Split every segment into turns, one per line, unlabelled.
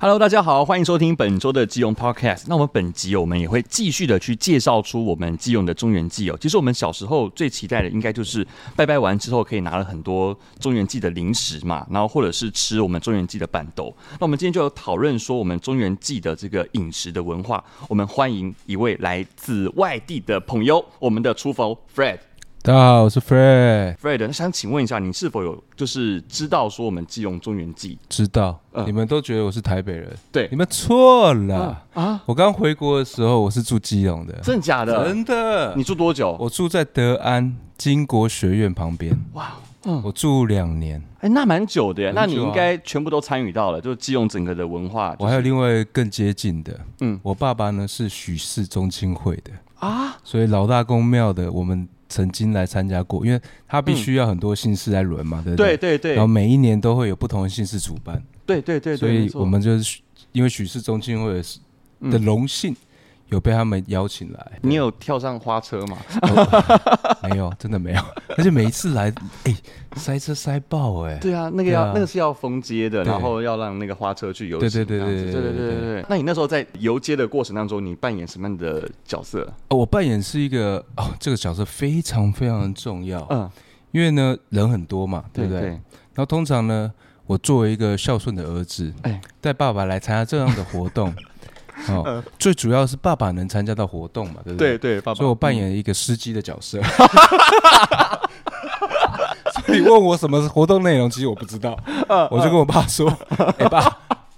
Hello，大家好，欢迎收听本周的基隆 Podcast。那我们本集我们也会继续的去介绍出我们基隆的中原祭哦。其实我们小时候最期待的应该就是拜拜完之后可以拿了很多中原祭的零食嘛，然后或者是吃我们中原祭的板豆。那我们今天就有讨论说我们中原祭的这个饮食的文化。我们欢迎一位来自外地的朋友，我们的厨房 Fred。
大家好，我是 Fred。
Fred，那想请问一下，你是否有就是知道说我们基隆中原祭？
知道、
嗯
你们都觉得我是台北人，
对
你们错了、
啊
啊！我刚回国的时候，我是住基隆的，
真的假的？
真的
你住多久？
我住在德安金国学院旁边，
哇，嗯
我住两年。
哎、那蛮久的耶，
很久
那
啊
你应该全部都参与到了，就是基隆整个的文化。
我还有另外更接近的，
嗯
嗯，我爸爸呢是许氏宗亲会的，
啊，
所以老大公庙的我们曾经来参加过，因为他必须要很多姓氏来轮嘛，对
嗯
不
对
对？
对对
然后每一年都会有不同的姓氏主办，
对对对
所
对，没
以
错，
我们就是因为许氏宗亲会的的荣幸，有被他们邀请来
你有跳上花车 吗？
没有，真的没有。 而且每一次来，哎、塞车塞爆、哎，
对啊，那个要、
对啊
那个是要封街的，
对
然后要让那个花车去游行
对对对
这样子
对
对
对
对对
对
对。那你那时候在游街的过程当中，你扮演什么样的角色？
哦我扮演是一个哦，这个角色非常非常重要，
嗯，
因为呢人很多嘛，哦对
对
不对？
对，
然后通常呢，我作为一个孝顺的儿子，
哎
带爸爸来参加这样的活 动，哦，最主要是爸爸能参加到活动嘛，对不
嗯对对，爸爸
所以我扮演一个司机的角色。
嗯
所以你问我什么是活动内容，其实我不知道，
嗯
我就跟我爸说：“ 哎、爸，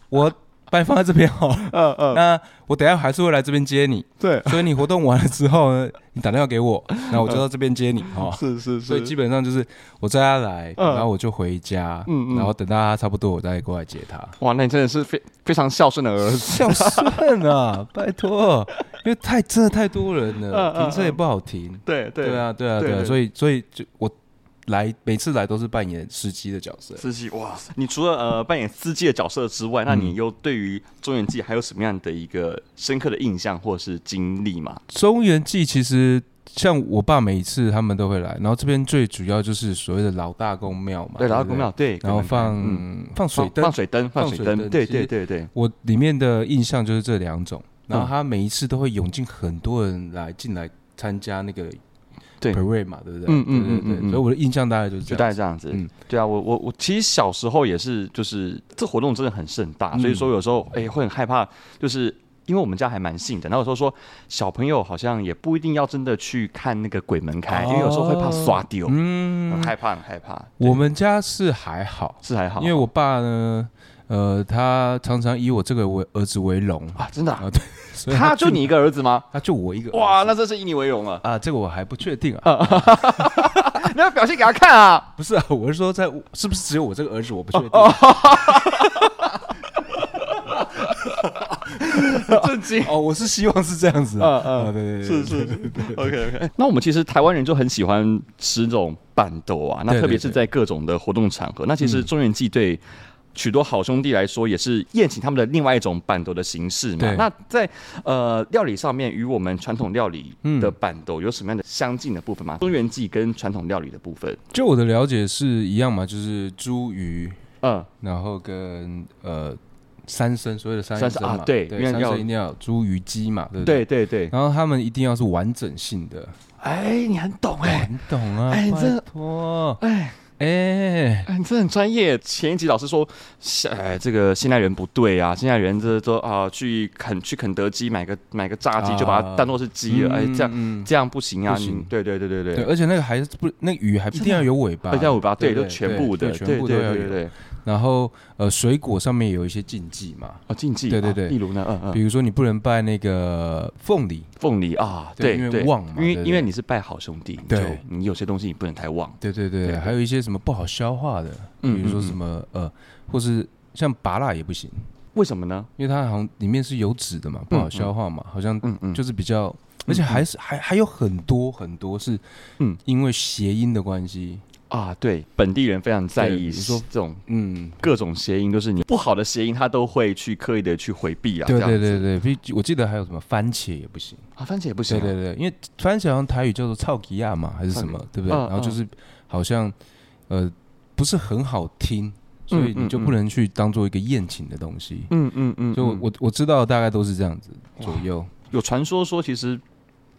我把你放在这边好了，
嗯嗯，
那我等一下还是会来这边接你。
对，
所以你活动完了之后呢，你打电话给我，那我就到这边接你哦。
嗯是是
所以基
是，
本上就是我载他来，
嗯
然后我就回家，
嗯嗯
然后等到他差不多，我再过来接他。
哇，那你真的是非非常孝顺的儿子。
孝顺啊， 拜托，因为太真的太多人
嗯
了，
嗯
停车也不好停。
对对
对，啊，对啊，
对
对啊，
对
所以所以就我来每次来都是扮演司机的角色。
司机哇！你除了呃扮演司机的角色之外，那你
嗯
又对于中原记还有什么样的一个深刻的印象或者是经历吗？
中原记其实像我爸每一次他们都会来，然后这边最主要就是所谓的老大公庙嘛，
对，然后
不
公庙，对，
然后放、
嗯
放水灯
放，水灯，放
放
水
水
灯，
灯
对
其实
对对对，
我里面的印象就是这两种。然后
嗯
他每一次都会涌进很多人来进来参加那个
对
parade 嘛，对不对？
嗯嗯
对对
嗯嗯嗯
对所以我的印象大概就是
就
这
大
样。
概这样子。
嗯
对啊，我我我其实小时候也是，就是这活动真的很盛大，
嗯
所以说有时候哎、会很害怕，就是。因为我们家还蛮信的，那有时候说小朋友好像也不一定要真的去看那个鬼门开，因为有时候会怕刷丢，很
哦嗯，
害怕，很害怕。对
我们家是还好，
是还好，
因为我爸呢，呃，他常常以我这个为儿子为荣，
啊，真的啊、
啊对所以
他就你一个儿子吗？
他就我一个儿子。
哇，那真是以你为荣了，
啊，这个我还不确定啊，
你要表现给他看 啊！
不是啊，我是说在是不是只有我这个儿子，我不确定。
哦震惊。
哦，我是希望是这样子啊，啊对对 对，
是是是，OK OK。那我们其实台湾人就很喜欢吃这种拌豆啊，那
对
特别
对
是
对
在各种的活动场合。那其实中原祭对许多好兄弟来说，也是宴请他们的另外一种拌豆的形式嘛
对。
那在呃料理上面，与我们传统料理的拌豆有什么样的相近的部分吗？中原祭跟传统料理的部分，
就我的了解是一样嘛，就是猪鱼，
嗯，
然后跟呃三生，所谓的三
三
生
牲
嘛
啊对因为
对，三
要
生一定要有猪鱼鸡嘛，对不对？
对对对。
然后他们一定要是完整性的，
哎，你很懂哎、
很懂啊，
哎这
拜托，
哎。
哎，
哎，你这很专业。前一集老师说，现哎，这个现代人不对啊，现代人这都啊，去肯去肯德基买个买个炸鸡，
啊嗯
就把它当做是鸡了，哎，这样
样
这样不行啊。
不行
你对对对对哎
对，
对，
而且那个还是不，那个鱼还一定要有尾巴，
二加五八，对，
对
就全部的，
对
对
全
对
部都要
对对
有。
对。
然后呃，水果上面有一些禁忌嘛，
哦，禁忌，
对对
啊
对
例如呢，嗯
比
嗯，
如说你不能拜那个凤梨，
凤梨啊，
对
对
因为
对，
旺嘛
因为
对对
因为你是拜好兄弟，你就
对
你有些东西你不能太旺，
对对对，
对
还有一些什么不好消化的，比
嗯
如说
嗯
什
嗯
么呃，或是像拔蜡也不行，
为什么呢？
因为它好像里面是有脂的嘛，不好消化嘛，好像
嗯嗯，
就是比较，而且还是还还有很多很多是，
嗯
嗯，因为谐音的关系，
啊，对，本地人非常在
对比
意
如说
这种
嗯，
各种谐音，都是你不好的谐音，他都会去刻意的去回避啊。
对
这样
对
子
对对，比我记得还有什么番茄也不行，
啊，番茄也不行、
对
啊。
对对，因为番茄好像台语叫做草吉亚嘛，还是什么，对不对？
嗯
然后就是好像呃不是很好听，所以你就不能去当做一个宴请的东西。
嗯嗯嗯，
所以我
嗯
我我知道大概都是这样子左右。
有传说说，其实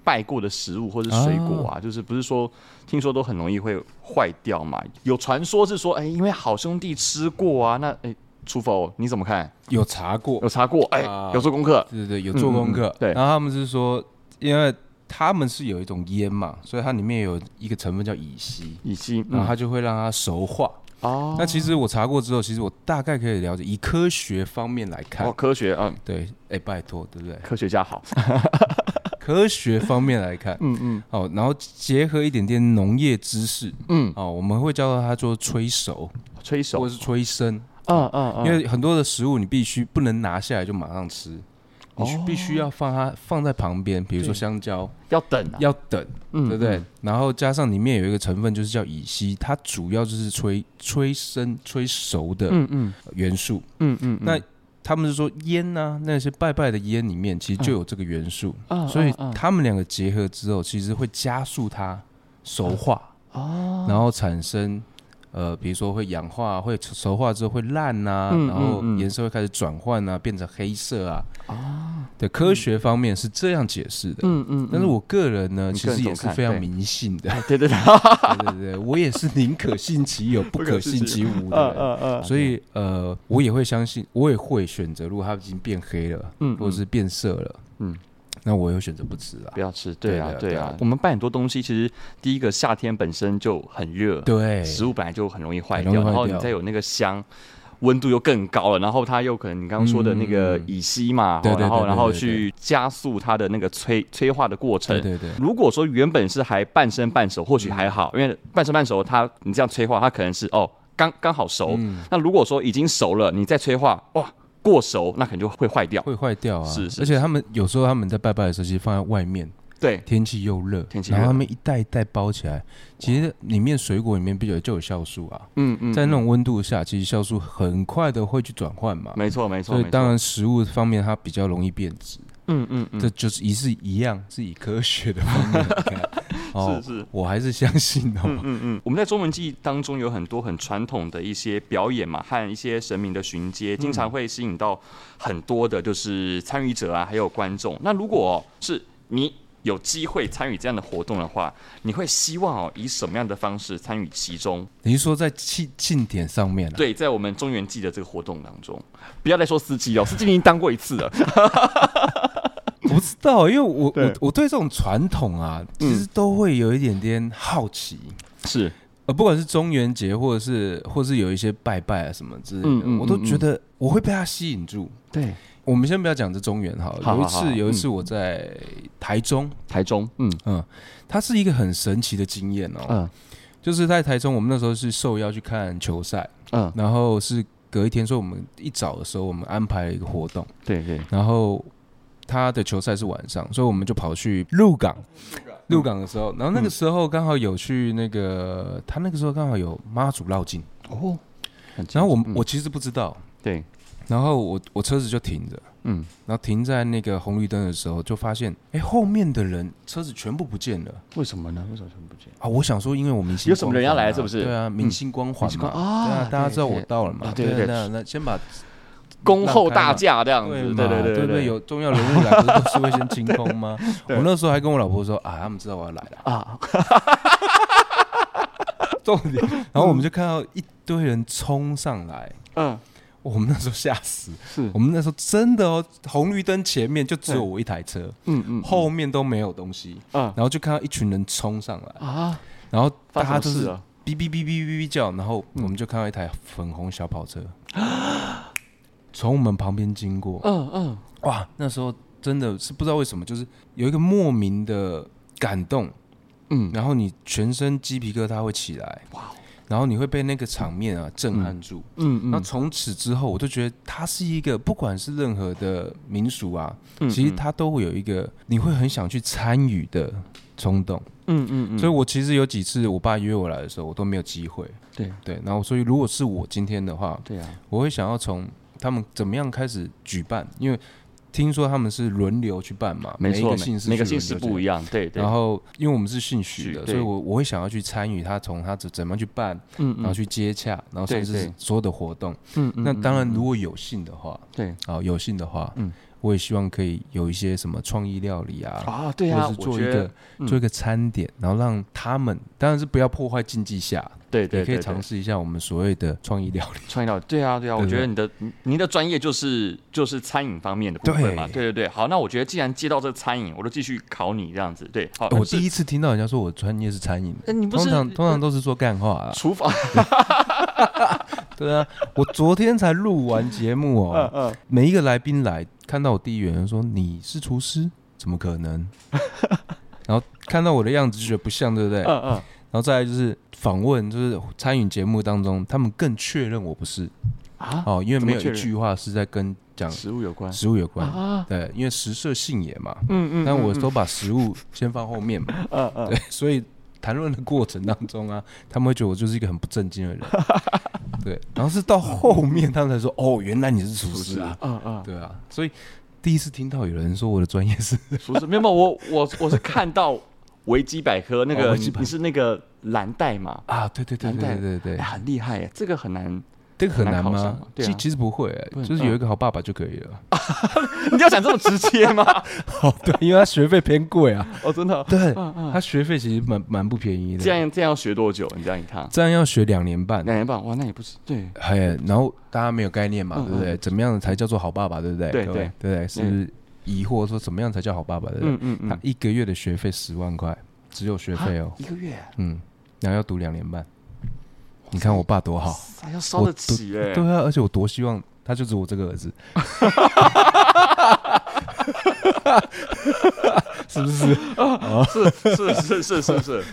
拜过的食物或是水果啊，就是不是说听说都很容易会坏掉嘛？有传说是说，哎、因为好兄弟吃过啊，那哎，厨、否你怎么看？
有查过
有，查过？哎、
啊
有做功课？
对对对，有做功课
嗯嗯。对
然后他们是说，因为他们是有一种烟嘛，所以它里面有一个成分叫乙烯，
已经
然后
嗯
它就会让它熟化。
哦，
那其实我查过之后，其实我大概可以了解，以科学方面来看，
哦，科学嗯，？
对，哎，拜托，对不对
科学家好，
科学方面来看，
嗯嗯
哦，然后结合一点点农业知识，
嗯，
哦，我们会叫它做催熟，
吹
或
手
者，是催生，
嗯嗯嗯，
因为很多的食物你必须不能拿下来就马上吃，你需必须要放它放在旁边，比如说
哦对
香蕉
要等啊，
要等，
嗯
对不对？？然后加上里面有一个成分就是叫乙烯，它主要就是催催生、催熟的
嗯嗯
元素。
嗯嗯，
那他们是说烟呐、那些拜拜的烟里面其实就有这个元素，
那
所以 它们两个结合之后，其实会加速它熟化，
哦，
然后产生呃，比如说会氧化，会熟化之后会烂呐、
嗯
然后
嗯嗯
颜色会开始转换啊，变成黑色啊。对，科学方面是这样解释的。
哦嗯嗯，
但是我个人呢，
你
其
个人
实
怎么
也是
看
非常
对
迷信的，
哎 对对对，
对对对，我也是宁可信 其有，不可信其无的
嗯
人。
嗯嗯，
所以呃，我也会相信，我也会选择，如果它已经变黑了，
嗯
或者是变色了，
嗯
嗯，那我也会选择不吃啦
不。要吃，对啊
对的
对
对
啊
啊。
我们拌很多东西，其实第一个夏天本身就很热，
对，
食物本来就很容易坏
哎很
掉，
容易
然
坏
后你
掉
再有那个香。温度又更高了，然后它又可能你刚刚说的那个
嗯
乙烯嘛，
对对
然后
对对
然后
对对
去加速它的那个催催化的过程
对。对对，
如果说原本是还半生半熟，或许还好，因为半生半熟它你这样催化，它可能是哦刚刚好熟。
嗯
那如果说已经熟了，你再催化，哇过熟，那可能就会坏掉。
会坏掉啊。
是是
而且他们有时候他们在拜拜的时候，其实放在外面，
对，
天气又热，
天气
然后
热
他们一袋一袋包起来，其实里面水果里面必有就有酵素啊，
嗯嗯，
在那种温度下，其实酵素很快的会去转换嘛。
没错没错。
所以
没错
当，然，食物方面它比较容易变质，
嗯嗯嗯，
这就是一是一样，是以科学的方面来 看。哦，
是是
我还是相信的、哦。
嗯嗯，我们在中文记忆当中有很多很传统的一些表演嘛，和一些神明的巡街，经常会吸引到很多的就是参与者啊，还有观众。那如果、哦、是你有机会参与这样的活动的话，你会希望哦以什么样的方式参与其中？
等于说在庆庆典上面、啊，
对，在我们中原记的这个活动当中，不要再说司机哦，司机已经当过一次了。
我 不知道，因为我
对嗯
我我对这种传统啊，其实都会有一点点好奇。
是，
呃，不管是中元节，或者是或是有一些拜拜啊什么之类的，
嗯嗯
我都
嗯嗯
觉得我会被它吸引住。
对，
我们先不要讲这中原好了，
好好
有一
好嗯
次有一次我在台中，
台中，嗯
嗯，它是一个很神奇的经验哦，
嗯
就是在台中，我们那时候是受邀去看球赛，
嗯，
然后是隔一天，所以我们一早的时候我们安排了一个活动，
对对，
然后他的球赛是晚上，所以我们就跑去鹿港。鹿港的时
嗯
候，然后那个时候刚好有去那个，他那个时候刚好有妈祖绕境，
哦，很
然后我
嗯
我其实不知道，
对，
然后我我车子就停着，
嗯，
然后停在那个红绿灯的时候，就发现哎后面的人车子全部不见了
为什么呢？为什么不见？
啊！我想说，因为我明星
有什么人要来
光环啊
是不是
对啊，明星光环
明星
嘛，
光啊
对啊，大家知道
对
我到了嘛
啊，对对对
那那先把
恭候大驾这样子，
嘛
对对
对不
对，
有重要人物来，不是都是会先清空吗？
对
我那时候还跟我老婆说啊，他们知道我要来了，
啊，
重点。然后我们就看到一堆人冲上来，
嗯，
我们那时候吓死，
是，
我们那时候真的哦，红绿灯前面就只有我一台车，
嗯嗯
后面都没有东西，
嗯
然后就看到一群人冲上来，
啊，
然后
发生
大家
什么事
都
啊
是
了
哔哔哔哔哔哔叫，然后
嗯
我们就看到一台粉红小跑车从我们旁边经过，
嗯嗯，
哇，那时候真的是不知道为什么，就是有一个莫名的感动，
嗯哦
嗯，然后你全身鸡皮疙瘩会起来，哇，然后你会被那个场面啊震撼住。
嗯
那从此之后，我就觉得它是一个，不管是任何的民俗啊，
嗯
其实它都会有一个你会很想去参与的冲动。
嗯嗯嗯，
所以我其实有几次我爸约我来的时候，我都没有机会。
对
对，然后所以如果是我今天的话，
对啊，
我会想要从他们怎么样开始举办，因为听说他们是轮流去办嘛，
没
每一
错
个，姓氏
每个姓
去轮
氏
流去
不一样，对对
然，后，因为我们是姓许
许
的，
对
所以我我会想要去参与他从他怎怎么样去办，
嗯
然后去接洽，然后
对
甚至是
对
所有的活动。
嗯
那当然，如果有幸的话，
对
啊，有幸的话，
嗯
嗯，我也希望可以有一些什么创意料理啊，
啊，对啊，
或者是
我
做一
觉得
个
嗯
做一个餐点，然后让他们当然是不要破坏竞技下，
对对
也可以
对对
尝试一下我们所谓的创意料理。
创业到对啊，对啊，我
对
觉得你的你您的专业就是就是餐饮方面的部分嘛，对
对
对对。好，那我觉得既然接到这餐饮，我就继续考你这样子，对，好，
啊我
是
第一次听到人家说我专业是餐饮，
呃你不
通
是
常通常都是说干话啊。
厨房，
对啊，我昨天才录完节目
嗯
哦，
嗯，
每一个来宾来看到我第一眼就说你是厨师，怎么可能？然后看到我的样子就觉得不像，对不对？
嗯嗯，
然后再来就是访问，就是参与节目当中，他们更确认我不是
啊，
哦，因为没有
怎
一
么确认
句话是在跟讲
食物有关
食物有关，
啊，
对，因为食色性也嘛，
嗯嗯，
但我
嗯
都把食物先放后面嘛，
嗯嗯，
对，所以谈论的过程当中啊，他们会觉得我就是一个很不正经的人， 对，然后是到后面他们才说，哦，原来你是厨师啊，
嗯嗯，
对啊，所以第一次听到有人说我的专业是，
厨 师没有没有，我我我是看到维基百科那
哦
个
维基
你
百科
你是那个蓝带嘛，
啊，对对对对对对对
哎，，很厉害耶，这个很难，
这个很难
很难考上
吗
嘛？对啊
其其实不会欸
不，能
就是有一个好爸爸就可以了。
你要讲这么直接吗？
哦，对，因为他学费偏贵啊，
哦，真的，
对，
嗯嗯，
他学费其实蛮蛮不便宜的，
这样这样要学多久？你这样一趟
这样要学两年半。啊
两年半，哇，那也不是对。
嘿，然后大家没有概念嘛，
嗯
对不对？怎么样才叫做好爸爸，对不对？
对
各位对不对，是不是疑惑说怎么样才叫好爸爸，对不
嗯
对？
嗯
他
嗯，
一个月的学费十万块，只有学费哦，
一个月
嗯，然后要读两年半。你看我爸多好，
还要烧得起哎、
对啊，而且我多希望他就只有我这个 儿子，是不是？
是是是是是是。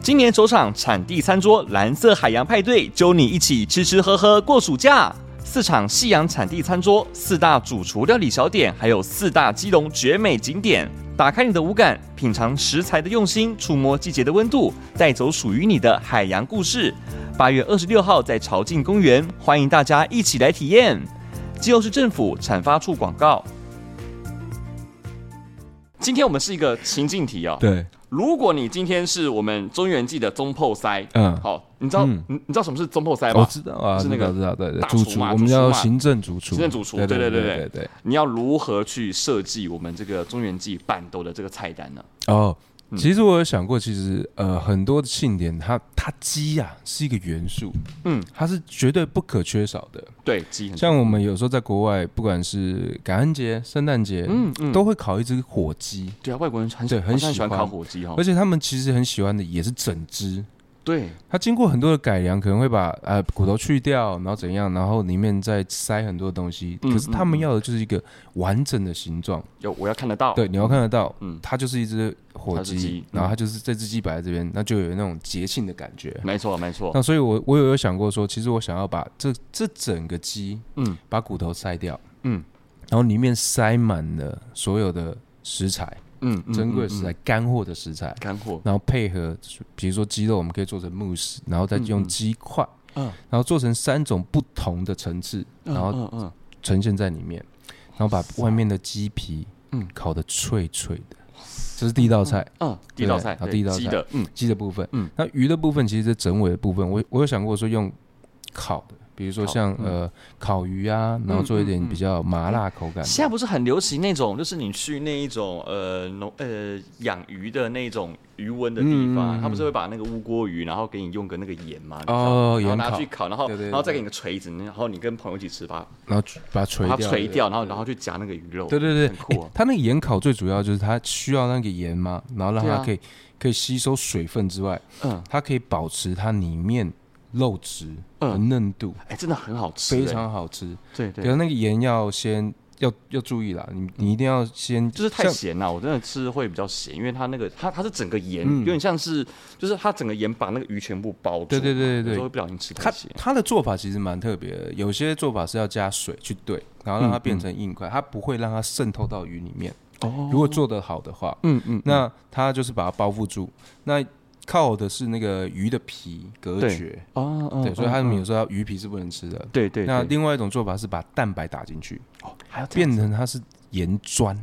今年首场产地餐桌蓝色海洋派对，揪你一起吃吃喝喝过暑假。四场夕阳产地餐桌，四大主厨料理小点，还有四大基隆绝美景点。打开你的五感，品尝食材的用心，触摸季节的温度，带走属于你的海洋故事。八月二十六号在潮境公园，欢迎大家一起来体验。基隆市政府产发处广告。今天我们是一个情境题啊、
对，
如果你今天是我们中原记的中破塞，
嗯，
好，你知道、
嗯
你你知道什么是中破塞
我
吗？
知道啊，
哎是那个
知道知道对对
大，
主
厨
厨，
嘛
我
主
们
厨
叫
嘛
行政主厨，
行政主厨
对
对对
对
对
对对。
你要如何去设计我们这个中原记板豆的这个菜单呢？
哦，
嗯
其实我有想过，其实呃，很多的庆典它它鸡啊是一个元素，
嗯，
它是绝对不可缺少的。
对，鸡很
像我们有时候在国外，不管是感恩节、圣诞节，
嗯嗯
都会烤一只火鸡，
对啊，外国人很
对很
喜
喜
欢
欢
烤火鸡哈
而，且他们其实很喜欢的也是整只。
对，
它经过很多的改良，可能会把呃骨头去掉，然后怎样，然后里面再塞很多东西。
嗯
可是他
嗯
们
嗯
要的就是一个完整的形状。
有我要看得到，
对，你要看得到，
嗯
它就是一只火
它是鸡嗯
鸡，然后它就是这只鸡摆在这边，那就有那种节庆的感觉。
没错没错，
那所以我，我有有想过说，其实我想要把这这整个鸡
嗯
把骨头筛掉，
嗯，
然后里面塞满了所有的食材，
嗯，嗯
珍贵的
嗯
食材、干货的食材
嗯，干货，
然后配合，比如说鸡肉，我们可以做成慕斯，然后再
嗯
用
嗯
鸡块，
嗯
然后做成三种不同的层次，然后
嗯嗯嗯，
呈现在里面，然后把外面的鸡皮，
嗯
嗯，烤的脆脆的，这是第一道菜。
嗯，地道菜，
对
对
地道菜
鸡的，嗯，
鸡的部分，
嗯
嗯，那鱼的部分其实这整尾的部分，我我有想过说用烤的，比如说
烤
像
嗯
呃烤鱼啊，然后做一
嗯嗯
点
嗯
比较麻辣口感的，
现在不是很流行那种，就是你去那一种呃农呃养鱼的那种鱼温的地方，
嗯嗯嗯
他不是会把那个乌锅鱼，然后给你用个那个盐嘛，你知道
哦
吗然后
盐
拿
烤
去烤，然后
对对对
然后再给你个锤子，然后你跟朋友一起吃，把
然后把它
把
锤
它
掉，
锤
对
掉，然后然后去夹那个鱼肉，
对对对
很，酷
诶
哦。
它那个盐烤最主要就是它需要那个盐嘛，然后让
对啊
它可以可以吸收水分之外，
嗯，
它可以保持它里面肉质和
嗯
嫩度，
哎，真的很好吃，
非
哎
常好吃。
对
可
对
是，那个盐要先要要注意啦，你你一定要先
嗯就是太
像
咸了，我真的吃会比较咸，因为它那个它它是整个盐，
嗯
有点像是就是它整个盐把那个鱼全部包住，
对对对对对
有时候会不小心吃太
它
咸，
它的做法其实蛮特别的，有些做法是要加水去兑，然后让它变成硬块，它不会让它渗透到鱼里面。
哦
如果做得好的话，
嗯嗯，
那它就是把它包覆住。那靠的是那个鱼的皮隔绝，
啊，
对，
哦
所以他们有
哦
时候鱼皮是不能吃的。
对对，
那
对
另外一种做法是把蛋白打进去，
哦还要这样
变
子
成它是盐砖，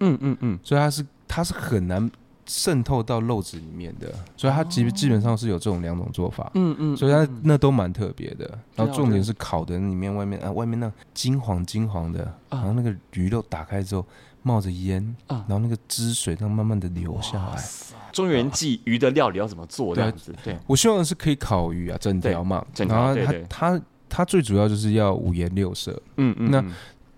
嗯嗯嗯，
所以它是它是很难渗透到肉质里面的，所以它基基本上是有这种两种做法。
嗯嗯，
所以它
嗯
那都蛮特别的，
对
然后
啊
重
对
点
啊
是烤的里面外面啊，外面那金黄金黄的，然后那个鱼肉打开之后冒着烟，
啊
然后那个汁水它慢慢的流下
哇
来。
塞中原记鱼的料理要怎么做这
对啊
样子？ 对，
我希望是可以烤鱼啊，整
对
条嘛，
整条
然后
对
它
对
它它最主要就是要五颜六色。
嗯嗯，
那
嗯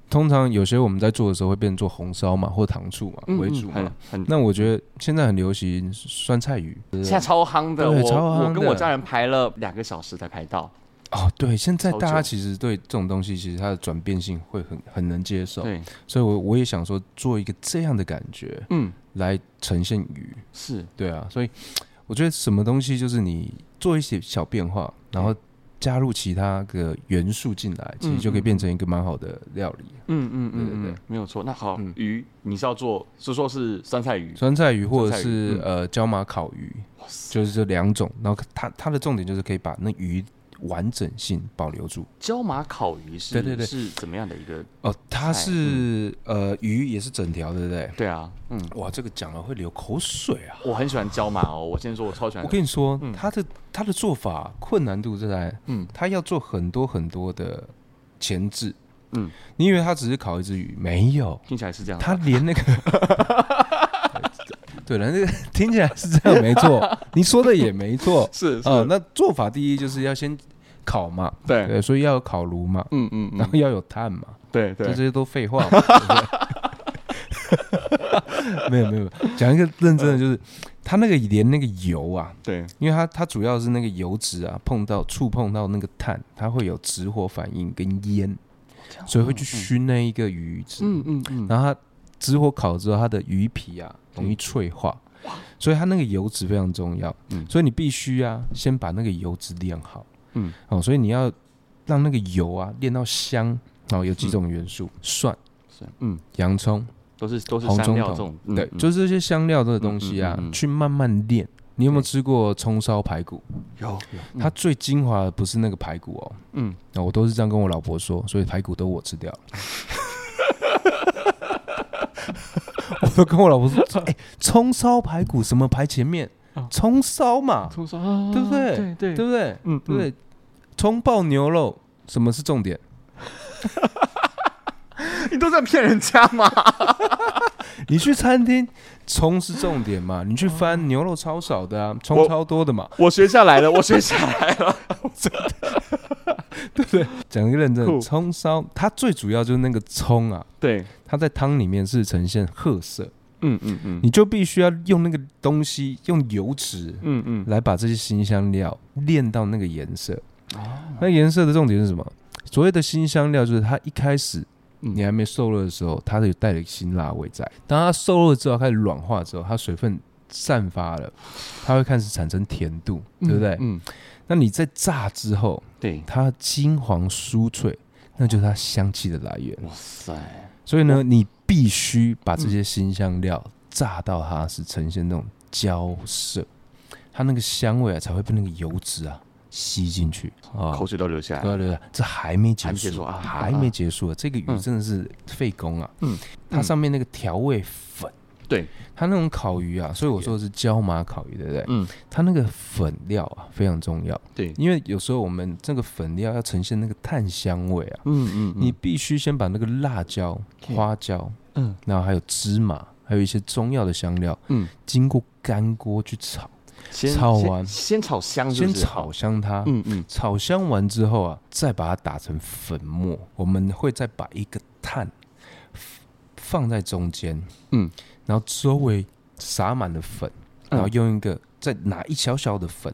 通常有些我们在做的时候会变成做红烧嘛，或糖醋嘛
嗯
为
嗯
主
很
嘛。
很。
那我觉得现在很流行酸菜鱼。
现在超夯的，
对
我
超夯
我跟我
的
家人排了两个小时才排到。
哦，对，现在
超
大家
久
其实对这种东西，其实它的转变性会很很能接受。
对，
所以我我也想说做一个这样的感觉
嗯，
来呈现鱼，
是
对啊，所以我觉得什么东西就是你做一些小变化，然后加入其他个元素进来，其
嗯
实就可以
嗯
变成一个蛮好的料理。
嗯嗯
对对
嗯
对
嗯，没有错。那好
嗯，
鱼你是要做，是说是酸菜鱼，
酸菜鱼或者
酸菜鱼
是
嗯
呃椒麻烤鱼，
哇塞，
就是这两种，然后它它的重点就是可以把那鱼完整性保留住。
椒麻烤鱼是
对对对
是怎么样的一个？
哦，它
菜嗯
是呃鱼也是整条，对不对？
对啊，嗯，
哇，这个讲了会流口水啊！
我很喜欢椒麻哦，我先说我超喜欢
我。跟你说
嗯，
它的它的做法困难度是在
嗯
他要做很多很多的前置。
嗯，啊
你以为他只是烤一只鱼？没有，
听起来是这样，
他连那个 对，对了，那个听起来是这样，没 错，你说的也没错。
是是，
呃，那做法第一就是要先烤嘛，
对，
对，所以要有烤炉嘛，
嗯嗯
然
嗯，
后要有炭嘛，
对
这
对
这，些都废话嘛。对不对 没有没有，讲一个认真的，就是他那个连那个油啊，
对，
因为它它主要是那个油脂啊，碰到触碰到那个碳，它会有直火反应跟烟，所以会去熏那一个鱼子。
嗯嗯嗯，
然后它直火烤之后，它的鱼皮啊容易脆化，所以它那个油脂非常重要。
嗯
所以你必须啊先把那个油脂炼好。
嗯，
哦，所以你要让那个油啊炼到香。哦，有几种元素：蒜、
是，嗯，
洋葱，
都是都是
红
香
中
料这
筒
种，
对，
嗯
就是这些香料的东西啊，
嗯嗯嗯嗯
去慢慢炼。你有没有吃过葱烧排骨？
有有，
它最精华的不是那个排骨哦，
嗯，
那我都是这样跟我老婆说，所以排骨都我 吃掉了。我都跟我老婆说，哎、葱烧排骨什么排前面
啊？
葱烧嘛，
葱烧，啊
对不对
对对
对不对？
嗯，
对不对？葱爆牛肉什么是重点？
嗯，你都在骗人家吗？
你去餐厅，葱是重点 嘛？你去翻牛肉超少的啊，葱
哦我
超多的嘛，
我学下来了，我学下来了，
对不对？讲一个认真
酷
的，葱烧它最主要就是那个葱啊，
对，
它在汤里面是呈现褐色。
嗯嗯嗯
你就必须要用那个东西，用油脂
嗯嗯，
来把这些新香料炼到那个颜色。
哦，
那颜色的重点是什么？所谓的新香料，就是它一开始
嗯
你还没受热的时候，它有带了辛辣味在。当它受热之后，开始软化之后，它水分散发了，它会开始产生甜度，对不对？
嗯，
那你在炸之后，
对，
它金黄酥脆，那就是它香气的来源。
哇塞，
所以呢，你必须把
嗯
这些新香料炸到它是呈现那种焦色，它那个香味啊才会被那个油脂啊吸进去
哦
啊
口。水都流下来
对
了，
啊对啊，这还没结
还没结
束
束啊
还没结束啊！这个鱼
嗯
真的是费工啊。
嗯，
它上面那个调味粉，
对，
它那种烤鱼啊，所以我说的是椒麻烤鱼，对不对？
嗯，
它那个粉料啊非常重要，
对，
因为有时候我们这个粉料要呈现那个炭香味啊，
嗯嗯，
你必须先把那个辣椒、
对
花椒，
嗯
嗯，然后还有芝麻，还有一些中药的香料，
嗯
嗯，经过干锅去炒，
先
炒
先
完
先炒香是不
先
是，
炒香它，
嗯嗯，
炒香完之后啊，再把它打成粉末，我们会再把一个碳放在中间，
嗯
嗯，然后周围撒满了粉，
嗯
然后用一个再拿一小小的粉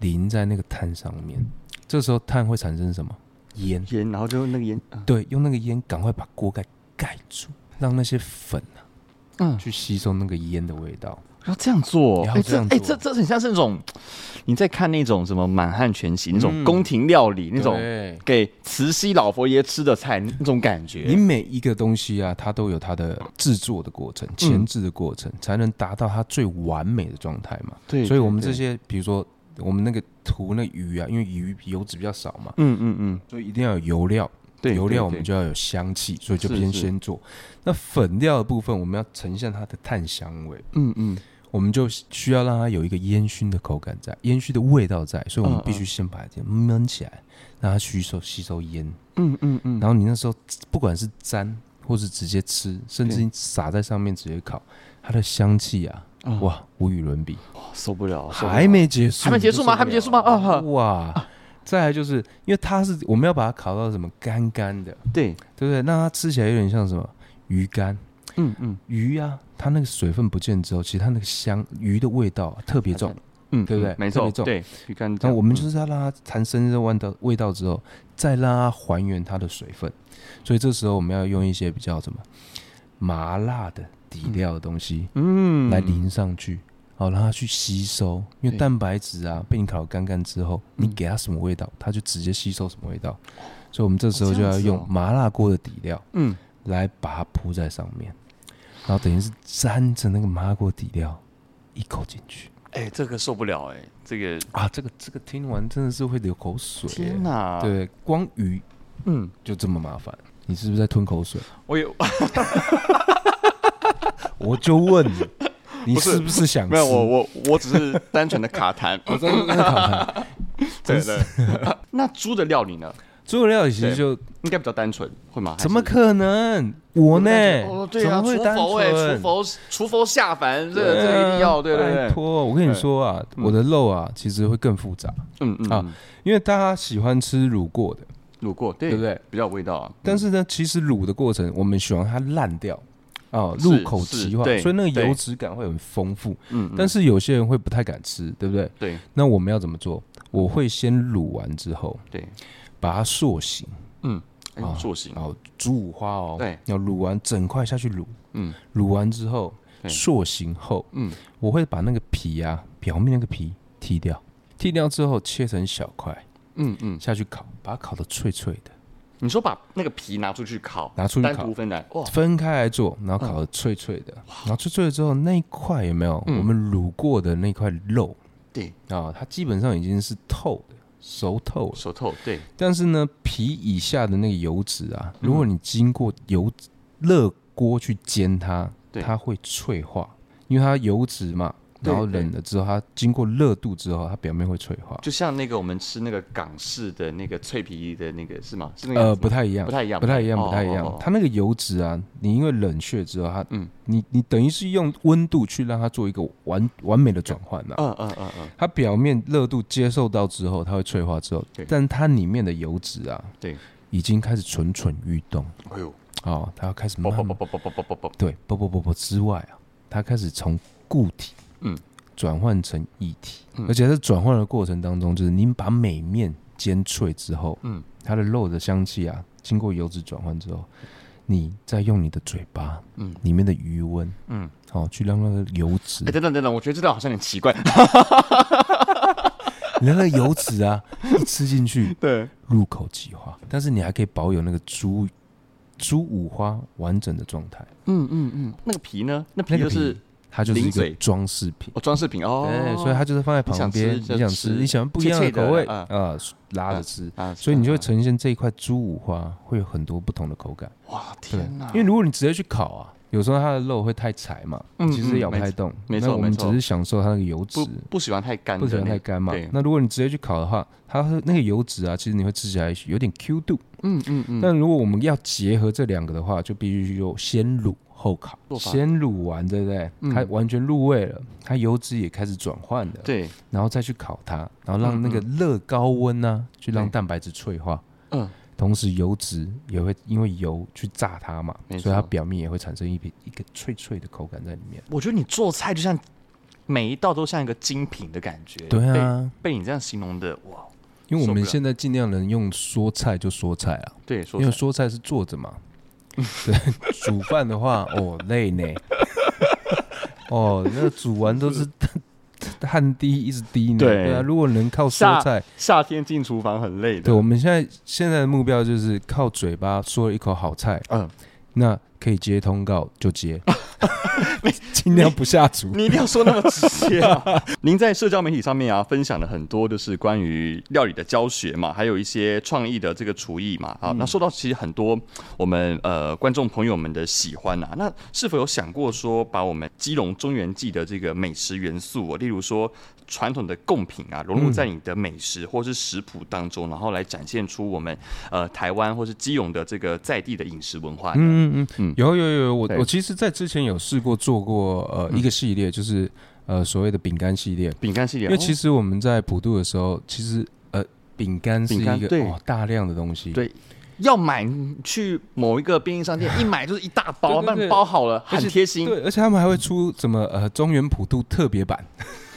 淋在那个碳上面，这时候碳会产生什么烟？
盐，然后就那个盐，啊
对，用那个烟赶快把锅盖盖住，让那些粉啊
嗯，
去吸收那个烟的味道。
要这样做，
要
哎
这样
哎、
做
这这很像是那种你在看那种什么满汉全席、那种
嗯
宫廷料理、那种
对
给慈禧老佛爷吃的菜那种感
你
觉。
每一个东西啊，它都有它的制作的过程、
嗯
前置的过程，才能达到它最完美的状态嘛。
对
所以我们
对
这
对
些，比如说我们那个涂那鱼啊，因为鱼油脂比较少嘛，
嗯嗯嗯，
所以一定要有油料。
对，
油
对
料我
对
们就要有香气，所以就是先
是
先做。那粉料的部分，我们要呈现它的炭香味，
嗯嗯
我们就需要让它有一个烟熏的口感在，烟熏的味道在，所以我们
嗯
必须先把它焖起来，让它吸收吸收烟。
嗯嗯嗯，
然后你那时候不管是沾或是直接吃，甚至你撒在上面直接烤，它的香气啊，
嗯
哇，无与伦比。
受不了，受不了
还没结束，
哦还没结束吗
你就受不了
还没结束吗啊
哇！再来就是因为它是我们要把它烤到什么干干的，
对，
对不对？那它吃起来有点像什么鱼干。
嗯嗯
鱼啊，它那个水分不见之后，其实它那个香鱼的味道啊特别重。
嗯，
对不对
嗯没
特
错，
别重
对，鱼干这
那
样。
我们
嗯
就是要让它产生这味道味道之后，再让它还原它的水分。所以这时候我们要用一些比较什么麻辣的底料的东西
嗯
来淋上去，好、让它去吸收。因为
对
蛋白质啊被你烤干干之后，你
嗯
给它什么味道，它就直接吸收什么味道。所以我们这时候
哦这
就
样
要
子
用
哦
麻辣锅的底料。
嗯，
来把它铺在上面，然后等于是沾着那个麻辣锅底料一口进去
哎、这个受不了哎、这个
啊！这个这个听完真的是会流口水耶，
天哪，，
对，光鱼
嗯，
就这么麻烦，你是不是在吞口水？
我也
我就问 你，你
不是
是不是想吃？
没有，我我我只是单纯的卡痰，
我真的考他。
对对。 那猪的料理呢，
猪肉料理其实
对
就
应该比较单纯，会吗？还是
怎么可能？我呢？
哦，对
怎
啊，
么会
厨
单
佛哎，
纯
厨？佛厨佛下凡，这个
对
这
啊
个一定要，对对
拜
对，
托，我跟你
对
说啊，
嗯
我的肉啊，其实会更复杂，
嗯嗯
啊
嗯，
因为大家喜欢吃卤过的，
卤过，对
对不？对？
比较有味道啊，
但
是
是呢，其实卤的过程，我们喜欢它烂掉啊，
是
入口即化
是，对
所以那个油脂感会很丰富。
嗯，
但
是
是有些人会不太敢吃，对不对？
对
那我们要怎么做？我会先卤完之后，
对，
把它塑形，
哎
啊
塑形，
然后猪五花哦，
对，
要卤完整块下去卤，
嗯
卤完之后
对
塑形后，
嗯
我会把那个皮啊，表面那个皮剃掉，剃掉之后切成小块
嗯嗯，
下去烤，把它烤得脆脆的，
你说把那个皮拿出去烤，
拿出去
单
烤
独。分来，哇，
分开来做，然后烤的脆脆的，然后脆脆了之后那一块有没有、
嗯
我们卤过的那块肉
对，
啊？它基本上已经是透的，熟透了。
手透，对，
但是呢，皮以下的那个油脂啊，
嗯
如果你经过油热锅去煎它，
对
它会脆化，因为它油脂嘛。
对
然后冷了之后，它经过热度之后，它表面会脆化。
就像那个我们吃那个港式的那个脆皮的那个是吗？是那个
呃，
样子吗
不太一样
不，太一样，
不太一样，
哦
不太一
哦
样
哦。
它那个油脂啊，你因为冷却之后，它，
嗯
嗯，你你等于是用温度去让它做一个完完美的转换呐。
嗯嗯嗯嗯，
它表面热度接受到之后，它会脆化之后
对，
但它里面的油脂啊，
对，
已经开始蠢蠢欲动
哎呦，
哦，它要开始
啵
慢
啵
慢
啵啵啵啵啵啵啵，
对不不不不之外啊，它开始从固体
嗯
转换成液体，
嗯
而且在转换的过程当中，就是您把每面煎脆之后，
嗯，
它的肉的香气啊，经过油脂转换之后，你再用你的嘴巴，
嗯
嗯，里面的余温，
嗯
嗯，好、去让那个油脂
哎、，等等等等，我觉得这段好像有点奇怪，
你让那个油脂啊一吃进去，
对，
入口即化，但是你还可以保有那个猪猪五花完整的状态，
嗯嗯嗯，那个皮呢？那皮
那
就
个
是
它就是一
零
个
嘴
装饰品。
哦，装饰品哦，
对，所以它就是放在旁边，
你想吃就
你想吃，
吃
你喜欢不一样的口
脆
味
脆的啊
啊、拉着吃，
啊，
所以你就会
啊
呈现这一块猪五花会有很多不同的口感。
哇
对
天哪，，
因为如果你直接去烤啊，有时候它的肉会太柴嘛，
嗯
其实咬不太动。
没错
那我们
没错
只是享受它那个油脂
不，不喜欢太干的
不
那
喜
个，
欢太干嘛
对。
那如果你直接去烤的话，它会那个油脂啊，其实你会吃起来有点 Q 度。
嗯嗯嗯，
但如果我们要结合这两个的话，就必须有先卤后烤
做，法嗯
先卤完，对不对？它完全入味了，它油脂也开始转换了。
对，
然后再去烤它，然后让那个热高温呢、去让蛋白质脆化，
嗯，
同时油脂也会因为油去炸它嘛
没，错
所以它表面也会产生一片一个脆脆的口感在里面。
我觉得你做菜就像每一道都像一个精品的感觉，
对啊，
被，被你这样形容的，哇，
因为
受
我
不
们
了
现在尽量能用说菜就说菜啊，
对，说
因为
起来
说菜是 坐着嘛。对，煮饭的话，哦，累呢。哦，那个煮完都是 汗滴一直滴呢。
对
啊，如果能靠说菜，
夏天进厨房很累
对
的
我。们现在现在的目标就是靠嘴巴说一口好菜，
嗯，
那可以接通告 就接，尽量不下厨。
你一定要说那么直接啊！ 您在社交媒体上面啊，分享了很多就是关于料理的教学嘛，还有一些创意的这个厨艺嘛啊，那受到其实很多我们呃观众朋友们的喜欢啊。那是否有想过说，把我们基隆中原记的这个美食元素、哦，例如说传统的贡品啊，融入在你的美食或是食谱当中，然后来展现出我们呃台湾或是基隆的这个在地的饮食文化呢？
嗯嗯嗯
嗯，
有有有，我
对嗯
我其实，在之前有试过做过呃一个系列，就是呃所谓的饼干系列，
饼干系列，
因为
哦
其实我们在普渡的时候，其实呃饼干是一
饼干
个
对
哦大量的东西，
对要买去某一个便利商店，一买就是一大包，
对对
帮你
对
包好了，
而
很
且
贴心。
对，而且他们还会出什么呃中原普渡特别版，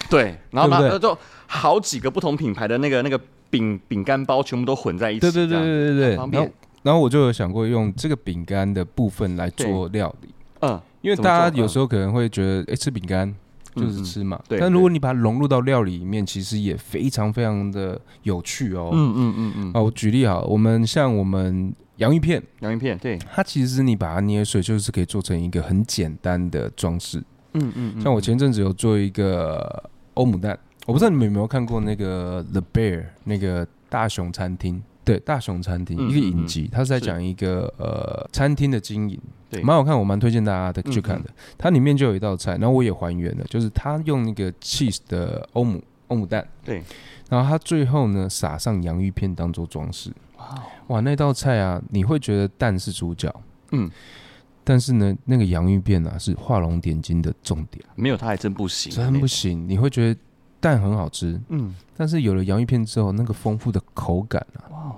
对，然后
对
把
不对
呃就好几个不同品牌的那个那个饼饼干包全部都混在一起，
对对对
这样，
对对对
很，方
然
便
后然后我就有想过用这个饼干的部分来做料理，
嗯，
因为
怎么做
大家有时候可能会觉得，哎，吃饼干就是吃嘛，
对
但如果你把它融入到料理里面，其实也非常非常的有趣哦。
嗯嗯嗯嗯，
啊，我举例好了，我们像我们洋芋片，
洋芋片，对，
它其实你把它捏碎，就是可以做成一个很简单的装饰。
嗯嗯
像我前阵子有做一个欧姆蛋，我不知道你们有没有看过那个 The Bear 那个大熊餐厅。对大熊餐厅
嗯
一个影集，它是在
是
讲一个呃餐厅的经营，
对
蛮好看，我蛮推荐大家的
嗯
去看的。它里面就有一道菜，然后我也还原了，就是它用那个 cheese 的欧姆欧姆蛋，
对，
然后它最后呢撒上洋芋片当做装饰。
哇哦，
哇，那道菜啊，你会觉得蛋是主角，
嗯，
但是呢，那个洋芋片啊是画龙点睛的重点，
没有它还真不行，
真不行。你会觉得蛋很好吃，
嗯，
但是有了洋芋片之后，那个丰富的口感啊
哇哦，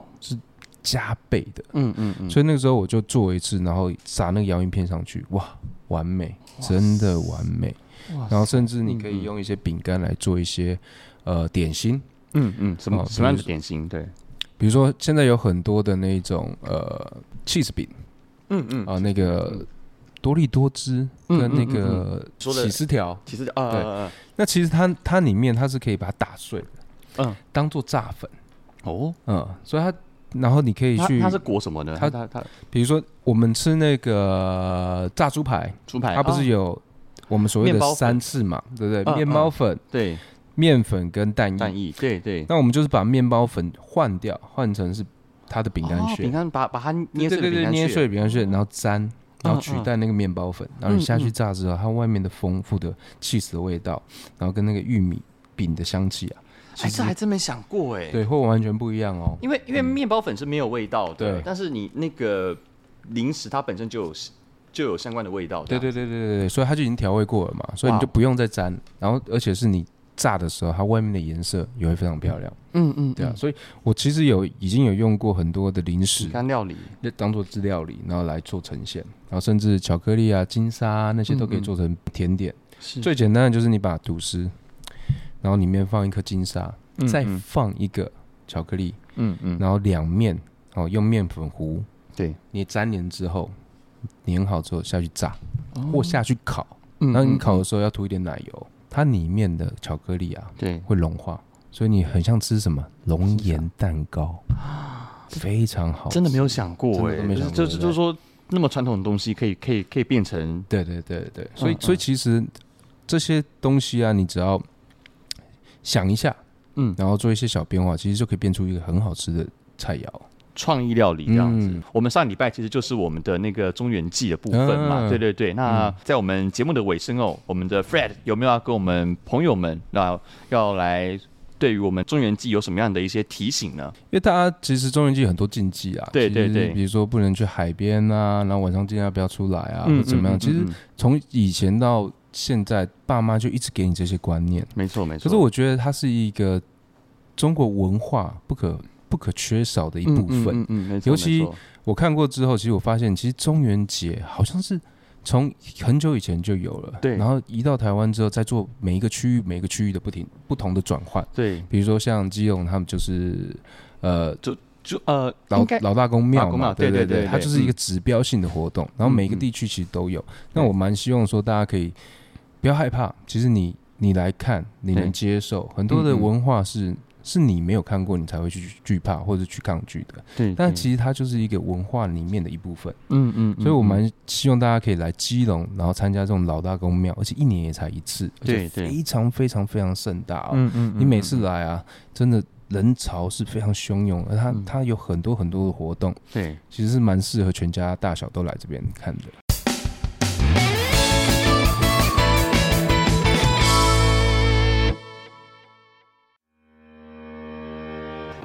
加倍的。
嗯嗯嗯，
所以那个时候我就做一次，然后撒那个洋芋片上去，哇，完美，真的完美。
哇
然后甚至你可
嗯嗯
以用一些饼干来做一些呃点心，
嗯嗯，什么
哦
什么样
比
的
如
点心？对，
比如说现在有很多的那种呃 cheese 饼
嗯嗯，
啊、那个多利多汁
嗯
跟那
嗯嗯
个
说的
起司条，
其实啊，
对
呃
那其实它它里面它是可以把它打碎的，
嗯，
当做炸粉，
哦，
嗯，所以它然后你可以
它
去
它，是裹什么呢？它
它
它它
比如说我们吃那个炸猪排，
猪排，
它不
啊
是有我们所谓
面
的
包粉
三次嘛，对不
嗯
对？面包粉、
对
面粉跟蛋
蛋
液，
液，对对，
那我们就是把面包粉换掉，换成是它的饼干
哦
屑，
饼干把把它捏
对
碎的
对
饼
对，
干
捏
屑
碎的饼干屑，然后粘，然后取
嗯
代那个面包粉，然后你下
嗯
去
嗯
炸之后，它外面的丰富的 cheese 的味道，然后跟那个玉米饼的香气啊，
哎，
其实
这还真没想过哎。
对，会完全不一样哦。
因为因为面包粉是没有味道的，
对
但是你那个零食它本身就有就有相关的味道，
对
这样，
对对对对对，所以它就已经调味过了嘛，所以你就
哇
不用再粘，然后而且是你炸的时候，它外面的颜色也会非常漂亮，
嗯嗯，
对啊，所以我其实有已经有用过很多的零食
饼干料理，
那当做资料里，然后来做呈现，然后甚至巧克力啊、金沙、啊、那些都可以
嗯嗯
做成甜点。
是
最简单的就是你把吐司，然后里面放一颗金沙，
嗯
再
嗯
放一个巧克力，
嗯嗯，
然后两面哦用面粉糊
对，
你粘连之后，粘好之后下去炸、
哦
或下去烤，
嗯
然后你
嗯
烤的时候要涂一点奶油，它里面的巧克力啊
对，
会融化，所以你很像吃什么熔岩蛋糕，非常好，
啊真的没有。想过哎
真的都
就
没，
是
想过
就是
对
就是说那么传统的东西可以可以可以变成
对对对对对，所以
嗯
所以
嗯
其实这些东西啊，你只要想一下，
嗯
然后做一些小变化，其实就可以变出一个很好吃的菜肴。
创意料理这样子。
嗯
我们上礼拜其实就是我们的那个中原记的部分嘛，
嗯
对对对。那在我们节目的尾声哦，我们的 Fred 有没有要跟我们朋友们那要来对于我们中原记有什么样的一些提醒呢？
因为大家其实中原季有很多禁忌啊，
对
其实
对对
比如说不能去海边啊，然后晚上尽量不要出来啊，或怎么样。其实
嗯
从以前到现在，爸妈就一直给你这些观念，
没错没错。
可是我觉得它是一个中国文化不可不可缺少的一部分。
嗯嗯嗯嗯没错
尤其
没错
我看过之后，其实我发现，其实中元节好像是从很久以前就有了，
对
然后移到台湾之后，再做每一个区域、每一个区域的不停不同的转换。
对，
比如说像基隆，他们就是呃
就呃，
老
应该
老大公
老
庙
公庙
嘛，
对对
对
对对嗯
它就是一个指标性的活动，然后每个地区其实都有。那我蛮希望说大家可以。不要害怕，其实你你来看，你
对
能接受很多的
嗯嗯
文化是是你没有看过，你才会去惧怕或者去抗拒的。
对，
但其实它就是一个文化里面的一部分，
嗯嗯，
所以我
们。
蛮希望大家可以来基隆，然后参加这种老大公庙，而且一年也才一次，而且
对对
非常非常非常盛大、哦。
嗯嗯
你每次来啊，真的人潮是非常汹涌，而它
嗯
它有很多很多的活动，
对，
其实是蛮适合全家大小都来这边看的。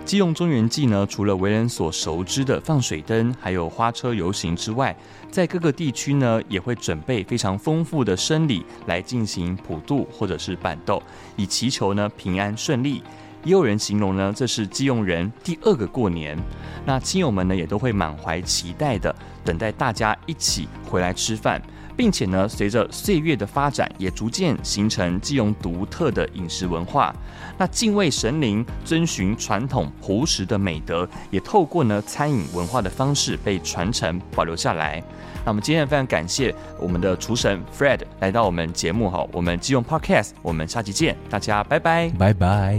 基隆中原记呢，除了为人所熟知的放水灯，还有花车游行之外，在各个地区呢，也会准备非常丰富的生礼来进行普渡或者是板豆，以祈求呢平安顺利。也有人形容呢，这是基隆人第二个过年。那亲友们呢，也都会满怀期待的等待大家一起回来吃饭，并且呢，随着岁月的发展，也逐渐形成基隆独特的饮食文化。那敬畏神灵、遵循传统朴实的美德，也透过呢餐饮文化的方式被传承保留下来。那我们今天非常感谢我们的厨神 Fred 来到我们节目哈，我们基隆 Podcast，我们下期见，大家拜拜。
拜拜。